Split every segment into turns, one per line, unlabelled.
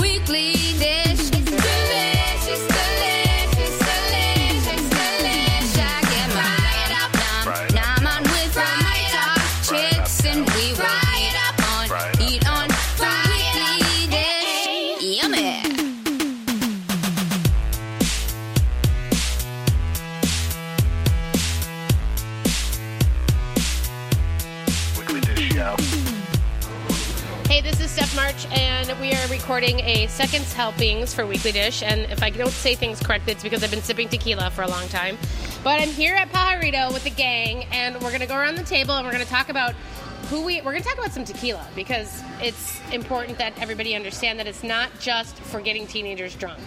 weekly dish. It's delicious, delicious, delicious, delicious. I get my nom nom on with the my talk chicks, and we will eat on eat on the weekly dish. Yummy.
Weekly Dish, yeah.
Hey, this is Steph March, and we are recording a Seconds Helpings for Weekly Dish. And if I don't say things correctly, it's because I've been sipping tequila for a long time. But I'm here at Pajarito with the gang, and we're going to go around the table and we're going to talk about who we. We're going to talk about some tequila because it's important that everybody understand that it's not just for getting teenagers drunk.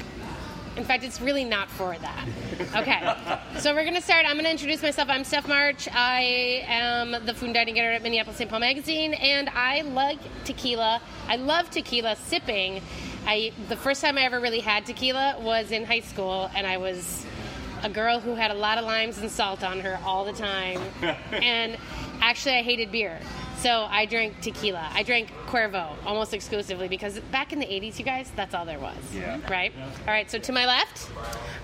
In fact, it's really not for that. Okay. so we're going to start. I'm going to introduce myself. I'm Steph March. I am the food and dining editor at Minneapolis St. Paul Magazine, and I like tequila. I love tequila sipping. I The first time I ever really had tequila was in high school, and I was a girl who had a lot of limes and salt on her all the time. and actually, I hated beer. So I drank tequila. I drank Cuervo almost exclusively because back in the 80s, you guys, that's all there was.
Yeah.
Right? All right, so to my left,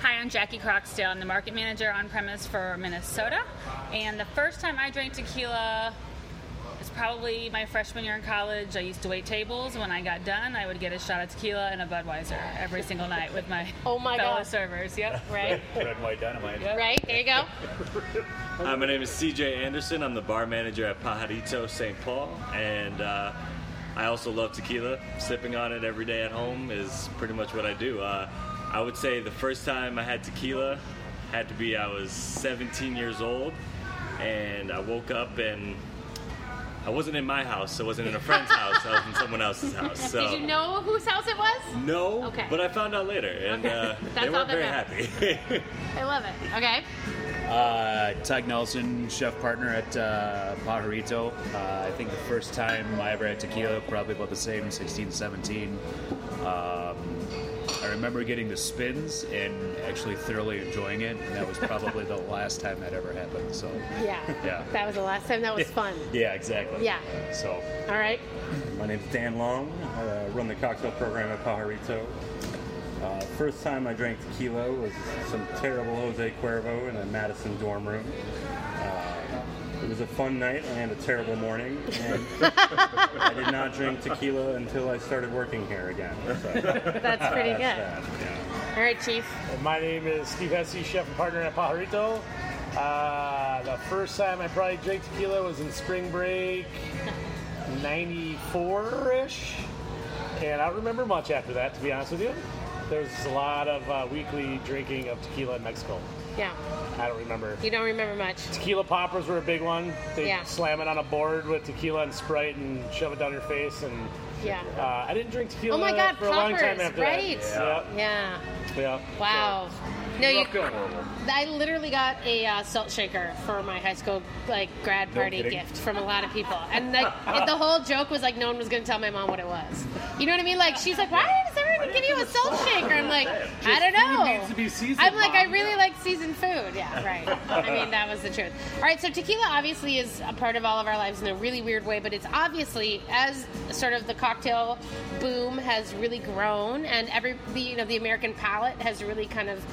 Hi, I'm Jackie Croxdale. I'm the market manager on premise for Minnesota. And the first time I drank tequila was probably my freshman year in college. I used to wait tables. When I got done, I would get a shot of tequila and a Budweiser every single night with my
Oh my
fellow
God.
servers. Yep.
right?
Red White Dynamite.
Right, there you go.
Hi, my name is CJ Anderson. I'm the bar manager at Pajarito St. Paul, and uh, I also love tequila. Sipping on it every day at home is pretty much what I do. Uh, I would say the first time I had tequila had to be I was 17 years old, and I woke up and I wasn't in my house. I wasn't in a friend's house. I was in someone else's house. So.
Did you know whose house it was?
No,
Okay.
but I found out later, and uh,
That's
they
all
weren't
that
very
matters.
happy.
I love it. Okay.
Uh, Tug Nelson, chef partner at uh, Pajarito. Uh, I think the first time I ever had tequila, probably about the same, 16, 17. Um, I remember getting the spins and actually thoroughly enjoying it, and that was probably the last time that ever happened. So,
Yeah.
Yeah.
That was the last time. That was fun.
yeah, exactly.
Yeah.
So,
All right.
My name's Dan Long. I uh, run the cocktail program at Pajarito. Uh, first time I drank tequila was some terrible Jose Cuervo in a Madison dorm room. Uh, it was a fun night and a terrible morning. And I did not drink tequila until I started working here again. So,
That's pretty good. All right, Chief.
My name is Steve Hesse, chef and partner at Pajarito. Uh, the first time I probably drank tequila was in spring break, 94 ish. And I don't remember much after that, to be honest with you. There's a lot of uh, weekly drinking of tequila in Mexico.
Yeah.
I don't remember.
You don't remember much.
Tequila poppers were a big one. They
Yeah.
slam it on a board with tequila and Sprite and shove it down your face. And
Yeah.
uh, I didn't drink tequila
Oh my God,
for a long time
poppers,
after
right.
that.
Yeah.
Yeah. yeah.
Wow. No, you. I literally got a uh, salt shaker for my high school like grad party
kidding.
gift from a lot of people, and like it, the whole joke was like no one was going to tell my mom what it was. You know what I mean? Like she's like, why does everyone give you a salt shaker? I'm like, I don't know.
needs to be seasoned,
I'm like, I
Mom.
really like seasoned food. Yeah, right. I mean, that was the truth. All right, so tequila obviously is a part of all of our lives in a really weird way, but it's obviously as sort of the cocktail boom has really grown, and every the, you know the American palate has really kind of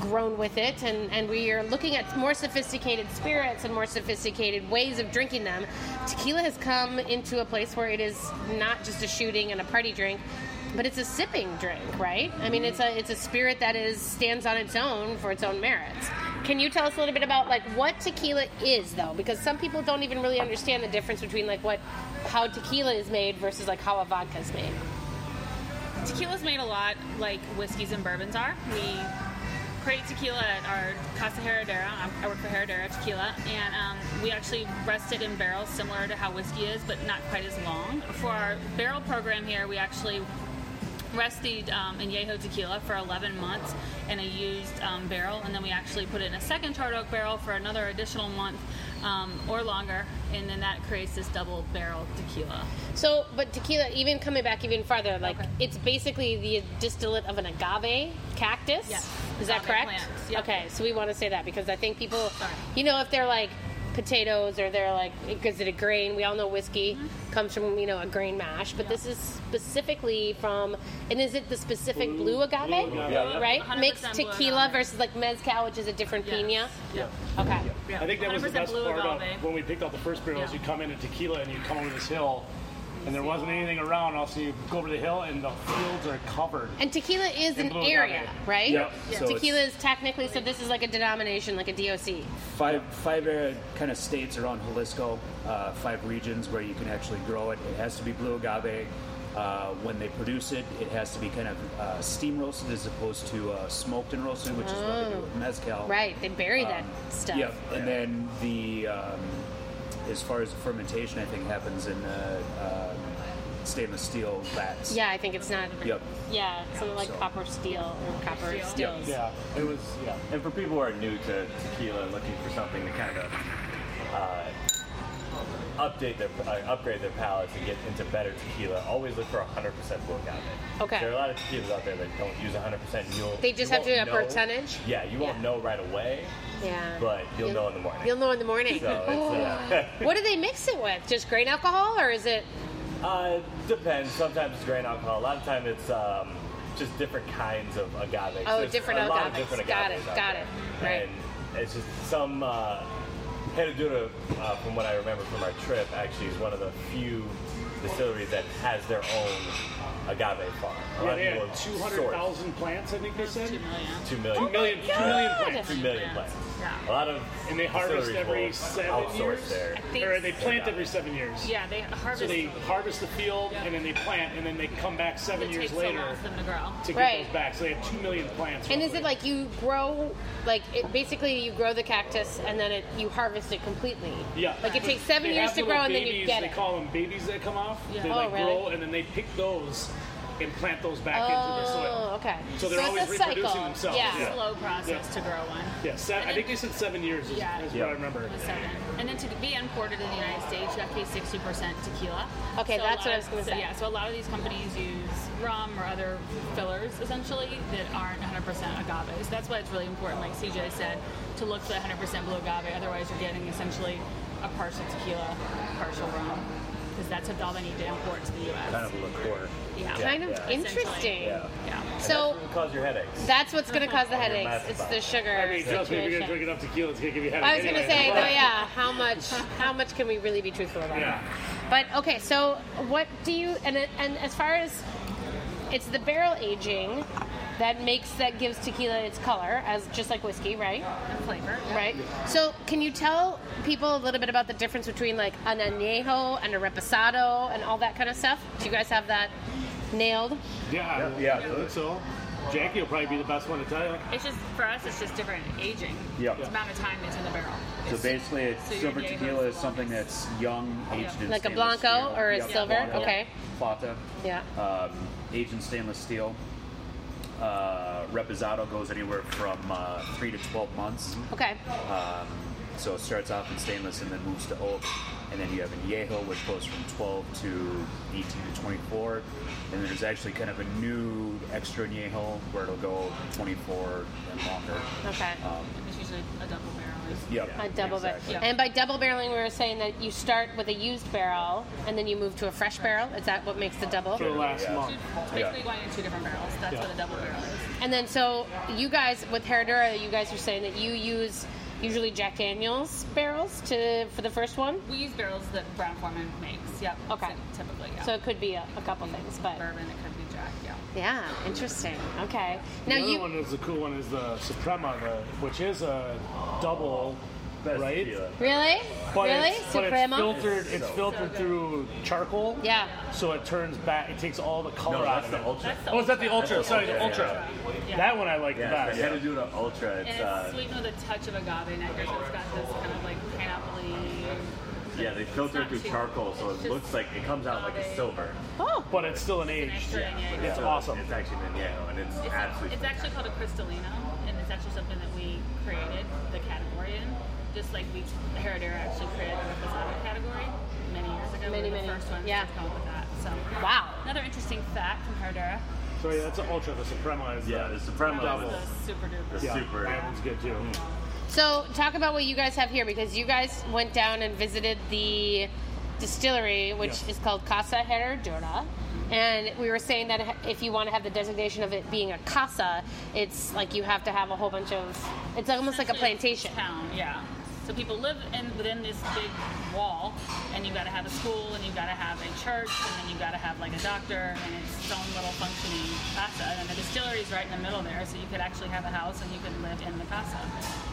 grown with it and, and we are looking at more sophisticated spirits and more sophisticated ways of drinking them tequila has come into a place where it is not just a shooting and a party drink but it's a sipping drink right i mean it's a it's a spirit that is stands on its own for its own merits can you tell us a little bit about like what tequila is though because some people don't even really understand the difference between like what how tequila is made versus like how a vodka is made
Tequila's made a lot like whiskeys and bourbons are. We create tequila at our Casa Herradura. I'm- I work for Herradura Tequila, and um, we actually rest it in barrels similar to how whiskey is, but not quite as long. For our barrel program here, we actually rest the um, añejo tequila for 11 months in a used um, barrel, and then we actually put it in a second charred oak barrel for another additional month um, or longer, and then that creates this double barrel tequila.
So, but tequila, even coming back even farther, like
Okay.
it's basically the distillate of an agave cactus.
Yes.
Is that
Agave
correct?
plants, yep.
Okay, so we want to say that because I think people,
Sorry.
you know, if they're like potatoes or they're like because it a grain we all know whiskey
Mm-hmm.
comes from you know a grain mash but this is specifically from and is it the specific blue, agave
Yeah.
right
100%
mixed
blue
tequila
agave.
versus like mezcal which is a different pina
Yeah.
okay
Yeah.
I think that was the
100%
best
blue
part about
agave.
when we picked out the first barrels.
Yeah.
You come into tequila and you come over this hill, and there wasn't anything around. Also, you go over the hill and the fields are covered.
and tequila is
And
an
blue
area
agave.
right
Yep. Yeah. So
tequila is technically so this is like a denomination like a doc
Five five uh, kind of states around Jalisco, uh, five regions where you can actually grow it. It has to be blue agave. Uh, when they produce it, it has to be kind of uh, steam roasted as opposed to uh, smoked and roasted, which is what they do with mezcal.
Oh. right they bury that
Um,
stuff
Yep. And then the um, as far as fermentation, I think happens in uh, um, stainless steel vats.
yeah i think it's not
Yep.
yeah something like
So-
copper steel or copper
Steel.
steels
Yeah, it was. Yeah,
And for people who are new to tequila, looking for something to kind of uh, update their uh, upgrade their palates and get into better tequila, always look for 100% blue agave.
Okay.
There are a lot of tequilas out there that don't use 100%. You'll
They just
you
have to
won't
do a percentage?
Yeah, you won't
Yeah.
know right away,
yeah
but you'll, know in the morning.
you'll know in the morning
So it's, uh,
What do they mix it with? Just grain alcohol, or is it?
Uh, depends. Sometimes it's grain alcohol. A lot of time it's um, just different kinds of agave.
Oh,
There's
different
a lot of
agaves.
different
Got
agaves
it,
out
got
there.
it. Right.
And it's just some uh, Herradura, uh, from what I remember from our trip, actually is one of the few distilleries that has their own agave farm. A lot
yeah
of
they
people
had two
source
hundred thousand plants. I think they said.
Two million.
Two million.
Two million- two million plants.
Oh
Two million plants.
Yeah.
A lot of
And they harvest
distilleries
every
will
seven
outsource
years?
their
I think
Or they
so.
plant every seven years.
Yeah, they harvest.
So they
them.
harvest the field and then they plant and then they come back
it
seven years
takes so long
later
for them to grow.
to get
Right.
those back. So they have two million plants.
And is
roughly.
it like you grow, like it, basically you grow the cactus and then it, you harvest it completely?
Yeah.
Like it takes seven
They
years
have
to
little
grow and then you
babies,
get
They
it.
call them babies that come off.
Yeah.
They
Oh,
like grow
really?
and then they pick those and plant those back into the
Oh,
soil.
okay.
So they're always
it's a cycle.
reproducing themselves.
Yeah.
Yeah.
Slow process to grow one.
Yeah, seven, I think they said seven years is,
Yeah.
is
Yeah.
what I remember.
It was seven. And then to be imported in the United States, you have to be 60% tequila.
Okay,
a
that's
lot
what I
of-
was gonna
so,
say.
Yeah, so a lot of these companies use rum or other fillers essentially that aren't 100% agave. So that's why it's really important, like CJ said, to look for the 100% blue agave. Otherwise, you're getting essentially a partial tequila, partial rum, because that's what all they need to import to the U.S.
kind of liqueur.
yeah.
Kind of
Yeah.
interesting.
Yeah.
Yeah.
And
So-
that's what cause your headaches.
That's what's going to cause the
Your
headaches.
mouth
It's
about
the
it.
sugar.
I mean, trust me, if
situation.
you're gonna drink enough tequila, it's gonna give you headaches.
I was gonna
anyway.
say, though, yeah, how much, how much can we really be truthful about?
Yeah.
But okay, so what do you and and as far as it's the barrel aging that makes that gives tequila its color, as just like whiskey, right?
And flavor. yeah.
Right. So can you tell people a little bit about the difference between like an añejo and a reposado and all that kind of stuff? Do you guys have that nailed?
Yeah,
Yeah.
I think so. Jackie will probably be the best one to tell you.
It's just, for us, it's just different aging.
Yeah.
It's the amount of time it's in the barrel.
So basically, it's
So your
silver
añejo
tequila
is
is something
the
that's young, aged in
Like a
stainless
blanco
steel.
or a
Yep,
silver?
blanco,
Okay.
Plata.
Yeah.
Um, aged in stainless steel. Uh, reposado goes anywhere from uh, three to twelve months.
Okay.
Um, so it starts off in stainless and then moves to oak, and then you have añejo, which goes from twelve to eighteen to twenty-four. And there's actually kind of a new extra añejo where it'll go twenty-four and longer.
Okay.
Um,
It's usually a double barrel. is-
yep.
A double
exactly.
barrel. And by double barreling, we were saying that you start with a used barrel and then you move to a fresh barrel. Is that what makes the double?
For the last
Yeah.
month.
Two- Basically, going in two different barrels. That's
Yeah.
what a double barrel is.
And then so you guys with Herradura, you guys were saying that you use usually Jack Daniel's barrels to for the first one.
We use barrels that Brown Foreman makes. Yep.
Okay.
So Typically, yeah.
So it could be a, a couple things, but
bourbon, it could be Jack. Yeah.
yeah, interesting. Okay. Now
the other
you
one is the cool one is the Suprema, the, which is a double,
Best
right?
tequila.
really,
But
really
it's, but it's
Supremo.
filtered. It's filtered through charcoal.
Yeah.
So it turns back. It takes all the color
No,
out
that's
of
the
it.
ultra.
That's the
oh, is that the ultra?
That's the
Sorry, the
Ultra,
ultra.
yeah.
That one I like
Yeah,
the
it's
best.
the Herradura Ultra. It's,
And it's
uh,
sweetened with a touch of agave nectar, so it's got this kind of like pineapple
yeah, they filter it through
It's not
charcoal, so
cheap.
it looks like it comes out like a silver.
Oh,
But it's still an age.
extra añejo.
Yeah.
So
awesome.
It's actually an añejo, and it's,
It's,
absolutely.
it's actually called a Cristalino, and it's actually something that we created the category in. Just like we, Herradura actually created the reposado category many years ago.
Many,
we were
many.
the first ones
Yeah.
to come up with that. So
wow.
another interesting fact from Herradura.
So yeah, that's an ultra. The Suprema is
Yeah, the
the
Supremo
That
was
was a super duper.
the
yeah,
super.
That one's good too.
So, talk about what you guys have here because you guys went down and visited the distillery, which
Yes.
is called Casa Herradura. And we were saying that if you want to have the designation of it being a casa, it's like you have to have a whole bunch of. It's almost like a plantation.
Town, yeah. So people live in within this big wall, and you've got to have a school, and you've got to have a church, and then you've got to have like a doctor, and it's its own little functioning casa. And then the distillery is right in the middle there, so you could actually have a house and you could live in the casa.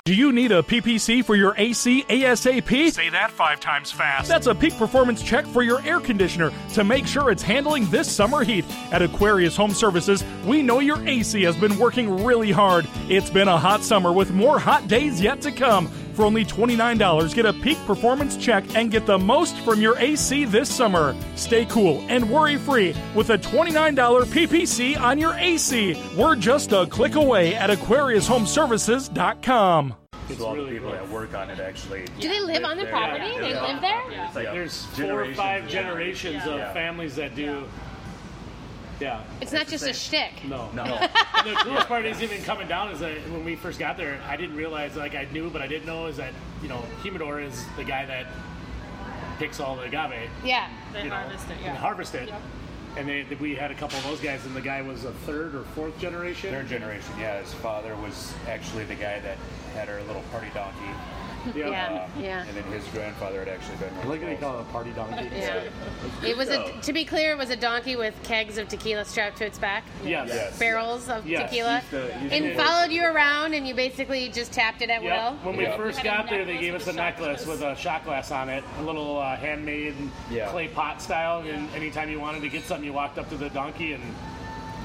Do you need a PPC for your AC ASAP?
Say that five times fast.
That's a peak performance check for your air conditioner to make sure it's handling this summer heat. At Aquarius Home Services, we know your AC has been working really hard. It's been a hot summer with more hot days yet to come. For only $29, get a peak performance check and get the most from your AC this summer. Stay cool and worry free with a $29 PPC on your AC. We're just a click away at AquariusHomeServices.com.
It's all the people that work on it actually.
Do they live on the
there,
property?
yeah.
They
Yeah.
live there?
It's like
There's four or
generations
five
of-
generations of
Yeah.
families that do. Yeah.
It's not just a shtick.
No.
No.
the coolest part is even coming down is that when we first got there, I didn't realize like I knew, but I didn't know is that you know Humidor is the guy that picks all the agave
Yeah.
They
you know,
harvest it, yeah.
and harvest it.
Yep.
And they, we had a couple of those guys, and the guy was a third or fourth generation.
Third generation, yeah. His father was actually the guy that had our little party donkey.
Yeah.
um, And then his grandfather had actually been. one
I
of
like that they
those.
call it a party donkey.
Yeah. It was a, to be clear, it was a donkey with kegs of tequila strapped to its back,
Yes.
Yes.
barrels of
Yes.
tequila,
He's the- he's
and
the-
followed you around, and you basically just tapped it at
Yeah.
will.
When we
Yeah.
first
Had a
got there, they
necklace
gave
with
us a
a shot
necklace
glass.
with a shot glass on it, a little uh, handmade
Yeah.
clay pot style. And anytime you wanted to get something, you walked up to the donkey, and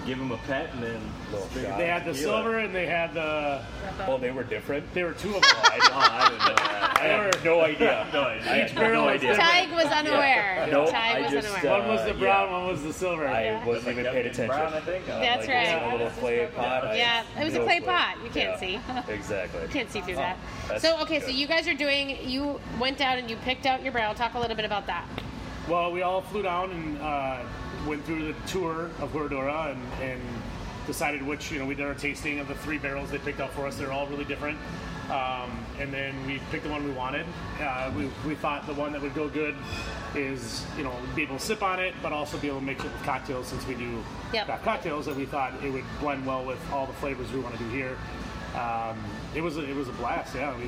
Give him a pet and then
Little
drink
shot.
they had the
tequila.
silver, and they had the.
Oh, they were different.
There were two of them.
I, oh, I didn't know that.
I have no idea.
No idea.
Each barrel was different.
Tig was unaware.
No,
Tig
I
was
just,
unaware.
uh,
One was the
yeah.
brown, one was the silver.
I wasn't even
Captain
paid attention.
Brown, I think. Uh,
That's
Like,
right.
it's a little clay pot. I-
Yeah, it was a
no
clay
clue.
pot. You can't
Yeah, Exactly.
Can't see
Oh,
through that.
Oh, that's
So okay, so
good.
you guys are doing. You went down and you picked out your barrel. Talk a little bit about that.
Well, we all flew down and uh, went through the tour of Huradora and, and decided which, you know, we did our tasting of the three barrels they picked out for us. They're all really different. Um, and then we picked the one we wanted. Uh, we, we thought the one that would go good is, you know, be able to sip on it, but also be able to mix it with cocktails since we do
Yep.
craft cocktails. And we thought it would blend well with all the flavors we want to do here. Um, it was a, it was a blast. Yeah, we,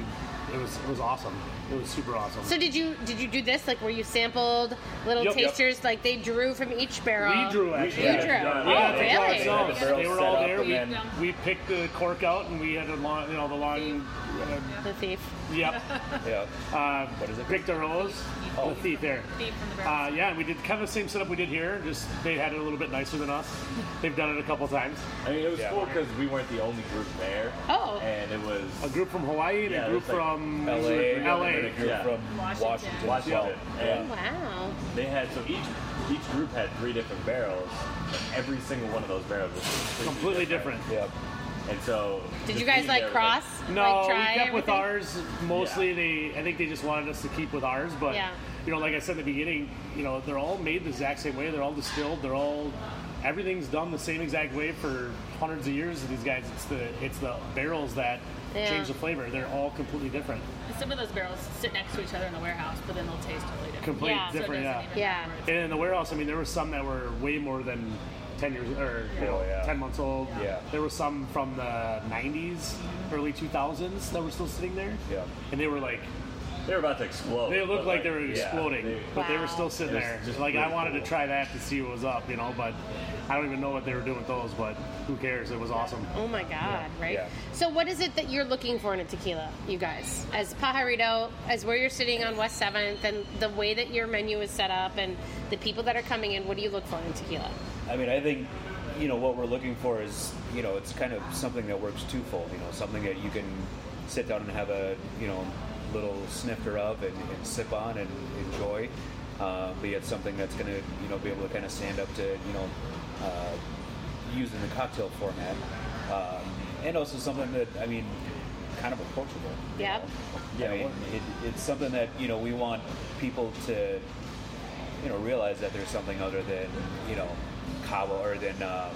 it was it was awesome. It was super awesome.
So did you did you do this like where you sampled little
Yep, yep.
tasters like they drew from each barrel?
We drew actually.
You drew.
Yeah, they
oh
brought
really?
us all.
The barrels
They were
set
all
up
there.
and
We,
then-
we picked the cork out, and we had a long, you know, the long.
The thief.
Yep.
Yeah.
Uh,
What is it?
Picked our rose. The thief there.
Thief from the barrel.
Uh, yeah, and we did kind of the same setup we did here. Just they had it a little bit nicer than us. They've done it a couple times.
I mean, it was
Yeah.
cool because we weren't the only group there.
Oh.
And it was
A group from Hawaii and
Yeah,
a group
it was like
from
LA. And a
LA.
group
Yeah.
from
Washington.
Washington. as
Washington.
well.
And
Wow.
they had so each each group had three different barrels. And every single one of those barrels was completely,
Completely different.
Yeah.
And so
Did
just
you guys
being
like
there was
cross?
No,
like, try
we kept with
everything?
ours mostly. They, I think they just wanted us to keep with ours, but
Yeah.
you know, like I said in the beginning, you know, they're all made the exact same way. They're all distilled. They're all everything's done the same exact way for hundreds of years. These guys, it's the it's the barrels that
Yeah.
change the flavor. They're all completely different.
Some of those barrels sit next to each other in the warehouse, but then they'll taste totally different.
Completely
Yeah. So it
different.
so it doesn't
yeah.
even
Yeah.
matter.
And in the warehouse, I mean, there were some that were way more than ten years or you know,
Oh, yeah.
ten months old.
Yeah.
There were some from the '90s, early 2000s that were still sitting there.
Yeah.
And they were like
They were about to explode.
They looked
but,
like they were
yeah,
exploding,
they-
but they
Wow.
were still sitting
It was
there.
just
like I
really
wanted to
cool.
try that to see what was up, you know. But I don't even know what they were doing with those. But who cares? It was awesome.
Oh my God! Right.
Yeah.
So, what is it that you're looking for in a tequila, you guys? As Pajarito, as where you're sitting on West Seventh, and the way that your menu is set up, and the people that are coming in, what do you look for in tequila?
I mean, I think you know what we're looking for is you know it's kind of something that works twofold. You know, something that you can sit down and have a you know little snifter of and, and sip on and enjoy, uh, but yet something that's going to you know be able to kind of stand up to you know uh, use in the cocktail format, um, and also something that I mean kind of approachable. you
Yeah.
know?
Yeah,
I mean,
what-
it, it's something that you know we want people to you know realize that there's something other than you know Cava or than um,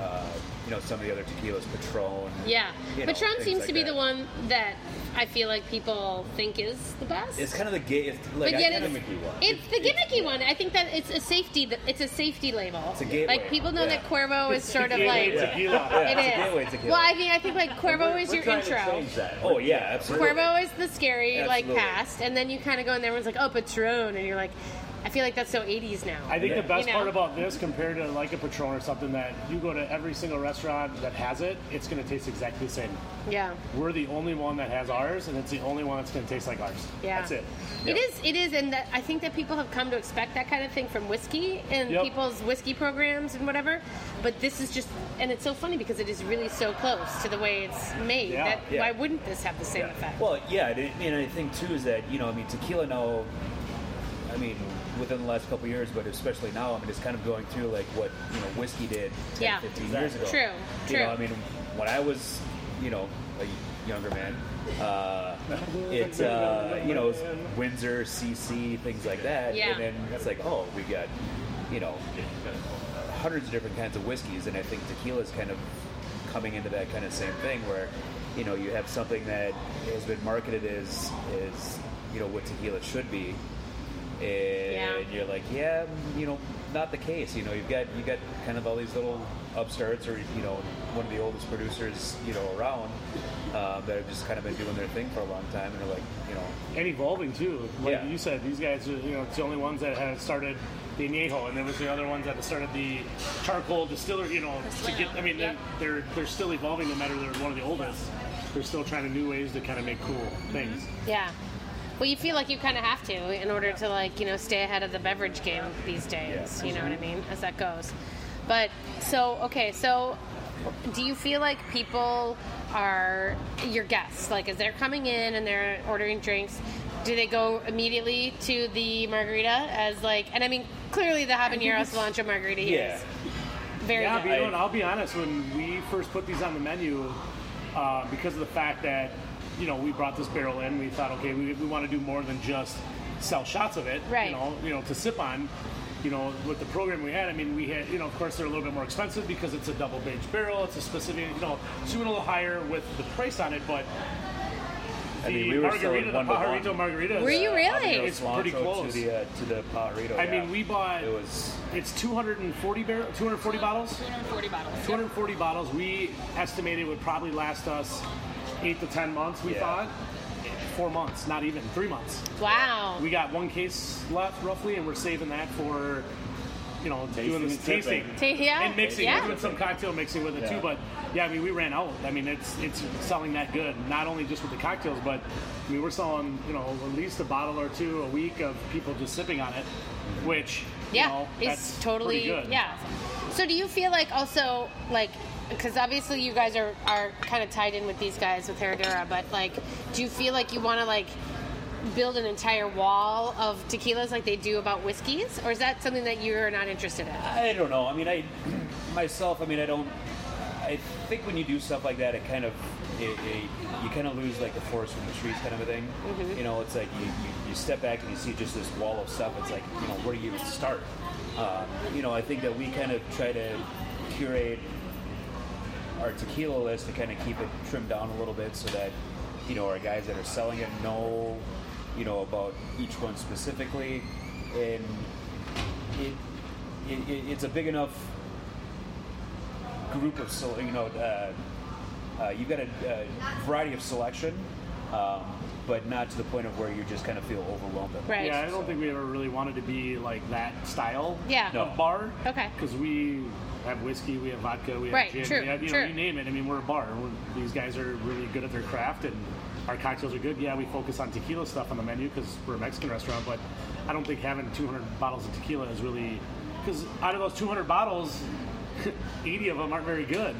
uh, you know, some of the other tequilas, Patron.
Yeah.
you know,
Patron
things
seems
like
to be
that.
the one that I feel like people think is the best.
It's kind of the gay. It's,
but
like,
yet
I
it's,
kinda-
it's the gimmicky one. I think that it's a safety that it's a safety label.
a gateway.
Like people know that
Yeah.
Cuervo is sort of like
Gateway tequila.
Yeah,
it
it's a
is.
gateway tequila.
Well, I mean, I think like Cuervo is
We're
your
trying
intro.
To change that.
Oh yeah, absolutely.
Cuervo is the scary like
Absolutely.
past, and then you kind of go in there and it's like, oh, Patron, and you're like, I feel like that's so 80s now.
I think
Yeah.
the best
You know.
part about this, compared to like a Patron or something, that you go to every single restaurant that has it, it's going to taste exactly the same.
yeah.
We're the only one that has ours, and it's the only one that's going to taste like ours.
Yeah.
That's it.
It is. It is, and that, I think that people have come to expect that kind of thing from whiskey and
Yep.
people's whiskey programs and whatever. But this is just, and it's so funny because it is really so close to the way it's made.
Yeah.
that
Yeah.
why wouldn't this have the same effect?
Well, yeah, and I- and I think too is that you know, I mean, tequila now. I mean, within the last couple of years, but especially now, I mean, it's kind of going through like what you know whiskey did 10,
Yeah.
15 years ago.
True,
You
true.
know, I mean, when I was, you know, a younger man, uh, it's uh, you know, it was Windsor, CC, things like that,
Yeah.
and then it's like, oh, we got, you know, hundreds of different kinds of whiskeys, and I think tequila is kind of coming into that kind of same thing where, you know, you have something that has been marketed as as you know what tequila should be, and
Yeah.
you're like, yeah, mm, you know, not the case. You know, you've got you got kind of all these little upstarts, or you know, one of the oldest producers, you know, around uh, that have just kind of been doing their thing for a long time, and they're like, you know,
And evolving too. Like
Yeah.
you said, these guys are, you know, it's the only ones that have started the añejo, and there was the other ones that started the charcoal distiller, you know, to get, I mean,
Yeah.
they're, they're still evolving no matter they're one of the oldest. They're still trying to new ways to kind of make cool things.
yeah. Well, you feel like you kind of have to in order to like you know stay ahead of the beverage game these days.
Yeah.
You know what I mean? As that goes. But so okay, so do you feel like people are your guests? Like, as they're coming in and they're ordering drinks, do they go immediately to the margarita as like? And I mean, clearly the habanero cilantro margarita here
yeah,
is very
Yeah, but
good.
you know, and I'll be honest. When we first put these on the menu, uh, because of the fact that you know we brought this barrel in, we thought, okay, we, we want to do more than just sell shots of it.
Right.
You know, you know, to sip on. You know, with the program we had, I mean, we had, you know, of course, they're a little bit more expensive because it's a double aged barrel. It's a specific, you know, so we went a little higher with the price on it, but the
I mean, we were selling
margarita, the
one to one.
pajarito margarita, is-
Were you really?
Habanero
It's pretty
cilantro
close.
to the uh, to the pajarito.
I
yeah.
mean, we bought.
it was
It's 240 barrel, 240 bottles.
240 bottles.
240 bottles. We estimated would probably last us eight to ten months. We
Yeah.
thought four months, not even three months.
wow.
We got one case left roughly, and we're saving that for you know doing this
Tasting
tasting
and
Ta- yeah.
and mixing
Yeah.
doing some cocktail mixing with it
Yeah.
too. But yeah, I mean we ran out. I mean it's it's selling that good, not only just with the cocktails, but I mean we're selling you know at least a bottle or two a week of people just sipping on it, which
yeah,
you know,
it's
that's
totally
pretty good.
yeah. So do you feel like also like because obviously you guys are are kind of tied in with these guys with Herradura, but like, do you feel like you want to like build an entire wall of tequilas like they do about whiskeys, or is that something that you're not interested in?
I don't know. I mean, I myself. I mean, I don't. I think when you do stuff like that, it kind of it, it, you kind of lose like the forest from the trees kind of a thing. You know, it's like you, you, you step back and you see just this wall of stuff. It's like you know, where do you even start? Um, you know, I think that we kind of try to curate our tequila list to kind of keep it trimmed down a little bit so that you know our guys that are selling it know you know about each one specifically and it, it, it it's a big enough group of so you know uh, uh, you've got a, a variety of selection um, but not to the point of where you just kind of feel overwhelmed Uh, at
Right.
Yeah, I don't think we ever really wanted to be like that style
Yeah. No.
of bar.
Okay.
Because we have whiskey, we have vodka, we have
Right,
gin,
true,
we have, you,
true.
Know, you name it. I mean, we're a bar. We're, these guys are really good at their craft, and our cocktails are good. Yeah, we focus on tequila stuff on the menu because we're a Mexican restaurant, but I don't think having 200 bottles of tequila is really. Because out of those 200 bottles, 80 of them aren't very good.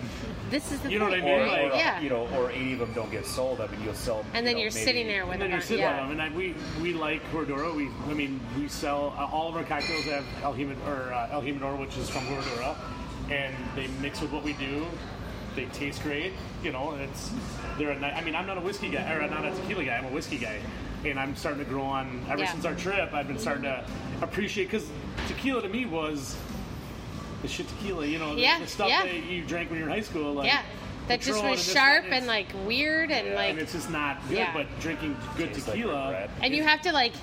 This is the
You know
thing,
what I mean?
right?
or,
yeah.
you know or 80 of them don't get sold I mean you'll sell
and then
you know,
you're sitting
maybe-
there with
And then
a
you
bu-
sit
yeah.
on them, and I, we we like Cordura. We I mean we sell uh, all of our cocktails have El Jimador, or, uh, El Jimador, which is from Cordura, and they mix with what we do. They taste great, you know. and It's they're a ni- I mean I'm not a whiskey guy or uh, not a tequila guy. I'm a whiskey guy, and I'm starting to grow on. Ever
Yeah.
since our trip, I've been starting to appreciate because tequila to me was the shit tequila, you know, the,
Yeah,
the stuff
yeah.
that you drank when you were in high school. Like,
yeah, that just
Patron
was
and this
sharp
and
and
it's-
like weird and like
and it's just not good.
Yeah.
But drinking good
Tastes like
tequila,
regret.
and you have to like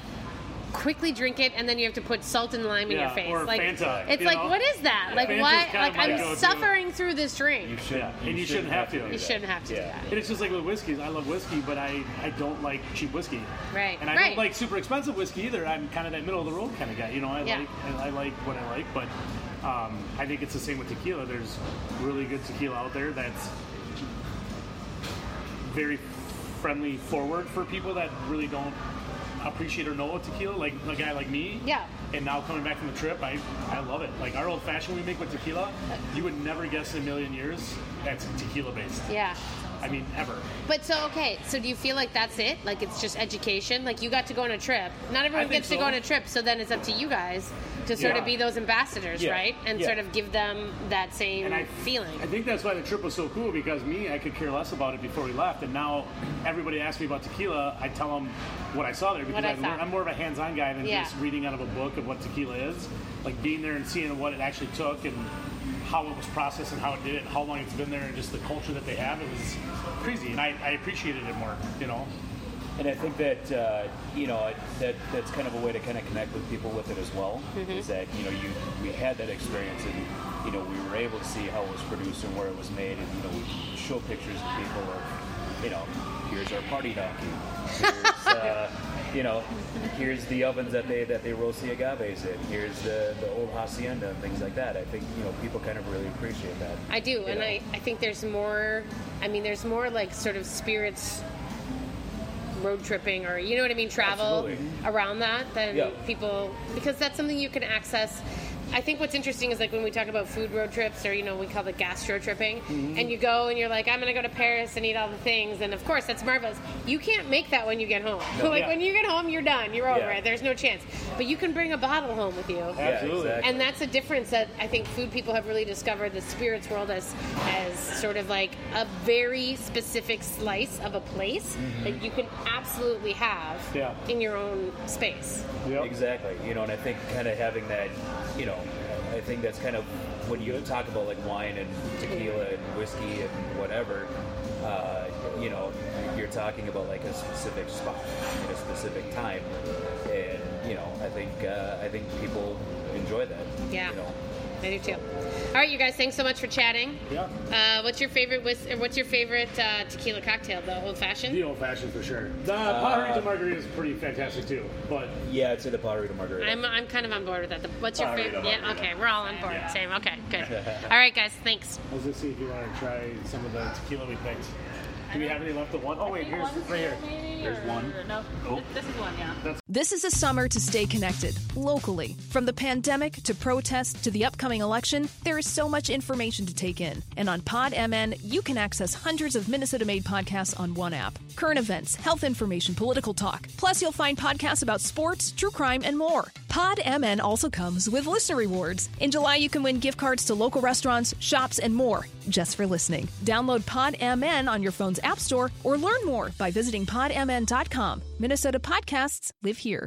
quickly drink it and then you have to put salt and lime in
Yeah,
your face
or
like
Fanta,
it's
you
like
know?
what is that
Yeah.
like
Fanta's
why
kinda
like
my
i'm
go-to.
suffering through this drink you,
yeah, and you shouldn't have to.
you shouldn't have to
Yeah.
do
And it's just like with whiskeys. I love whiskey, but I, I don't like cheap whiskey.
Right,
And I
right.
don't like super expensive whiskey either. I'm kind of that middle of the road kind of guy. You know, I
Yeah.
like I, I like what I like, but um, I think it's the same with tequila. There's really good tequila out there that's very friendly forward for people that really don't appreciate or know what tequila. Like a guy like me.
Yeah.
And now coming back from the trip, I I love it. Like our old fashioned we make with tequila, you would never guess in a million years that's tequila based.
that yeah
I mean, ever.
but so okay so do you feel like that's it like it's just education like you got to go on a trip not everyone
I think
gets to go
so.
on a trip so then it's up to you guys to sort
Yeah.
of be those ambassadors
Yeah,
right and
yeah.
sort of give them that same
And I
feeling
I think that's why the trip was so cool because me, I could care less about it before we left, and now everybody asks me about tequila. I tell them what I saw there because
What I
I
saw.
am more of a hands-on guy than
Yeah.
just reading out of a book of what tequila is. Like being there and seeing what it actually took and how it was processed and how it did it, how long it's been there, and just the culture that they have. It was crazy, and I, I appreciated it more. You know,
And I think that uh, you know that that's kind of a way to kind of connect with people with it as well. Is that you know you we had that experience and you know we were able to see how it was produced and where it was made and you know we show pictures to people of you know here's our party donkey. Here's, uh, you know here's the ovens that they that they roast the agaves in. Here's the the old hacienda and things like that. I think you know people kind of really appreciate that.
I do, and
Yeah.
I, I think there's more. I mean, there's more like sort of spirits road tripping or you know what I mean, travel
Absolutely.
around that than
Yeah.
people because that's something you can access. I think what's interesting is like when we talk about food road trips or you know we call it gastro tripping,
Mm-hmm.
and you go and you're like I'm gonna go to Paris and eat all the things, and of course that's marvelous. You can't make that when you get home. like
Yeah.
when you get home, you're done, you're over
Yeah.
it. There's no chance. But you can bring a bottle home with you.
Absolutely.
Yeah, exactly.
And that's a difference that I think food people have really discovered the spirits world as as sort of like a very specific slice of a place that you can absolutely have
Yeah.
in your own space.
Exactly. You know, and I think kind of having that, you know, I think that's kind of when you talk about like wine and tequila and whiskey and whatever, uh, you know, you're talking about like a specific spot at a specific time, and you know, I think uh, I think people enjoy that.
Yeah.
You know,
I do too. All right, you guys, thanks so much for chatting.
yeah,
Uh, what's your favorite whis- or what's your favorite uh, tequila cocktail? The old fashioned.
the old fashioned for sure. The
Uh,
Pajarito margarita is pretty fantastic too, but
yeah, I'd say the Pajarito Margarita.
I'm, I'm kind of on board with that. The, what's your
Margarita,
favorite? Yeah,
margarita.
okay, we're all on board. Same. Okay, good. All right, guys, thanks.
I was gonna see if you want to try some of the tequila we picked. Do we have any left? The one. Oh wait, here's right here.
There's one. No, this is one. Yeah.
This is a summer to stay connected locally. From the pandemic to protests to the upcoming election, there is so much information to take in. And on PodMN, you can access hundreds of Minnesota made podcasts on one app. Current events, health information, political talk. Plus, you'll find podcasts about sports, true crime, and more. PodMN also comes with listener rewards. In July, you can win gift cards to local restaurants, shops, and more just for listening. Download PodMN on your phone's app store or learn more by visiting podmn.com. Minnesota podcasts live here.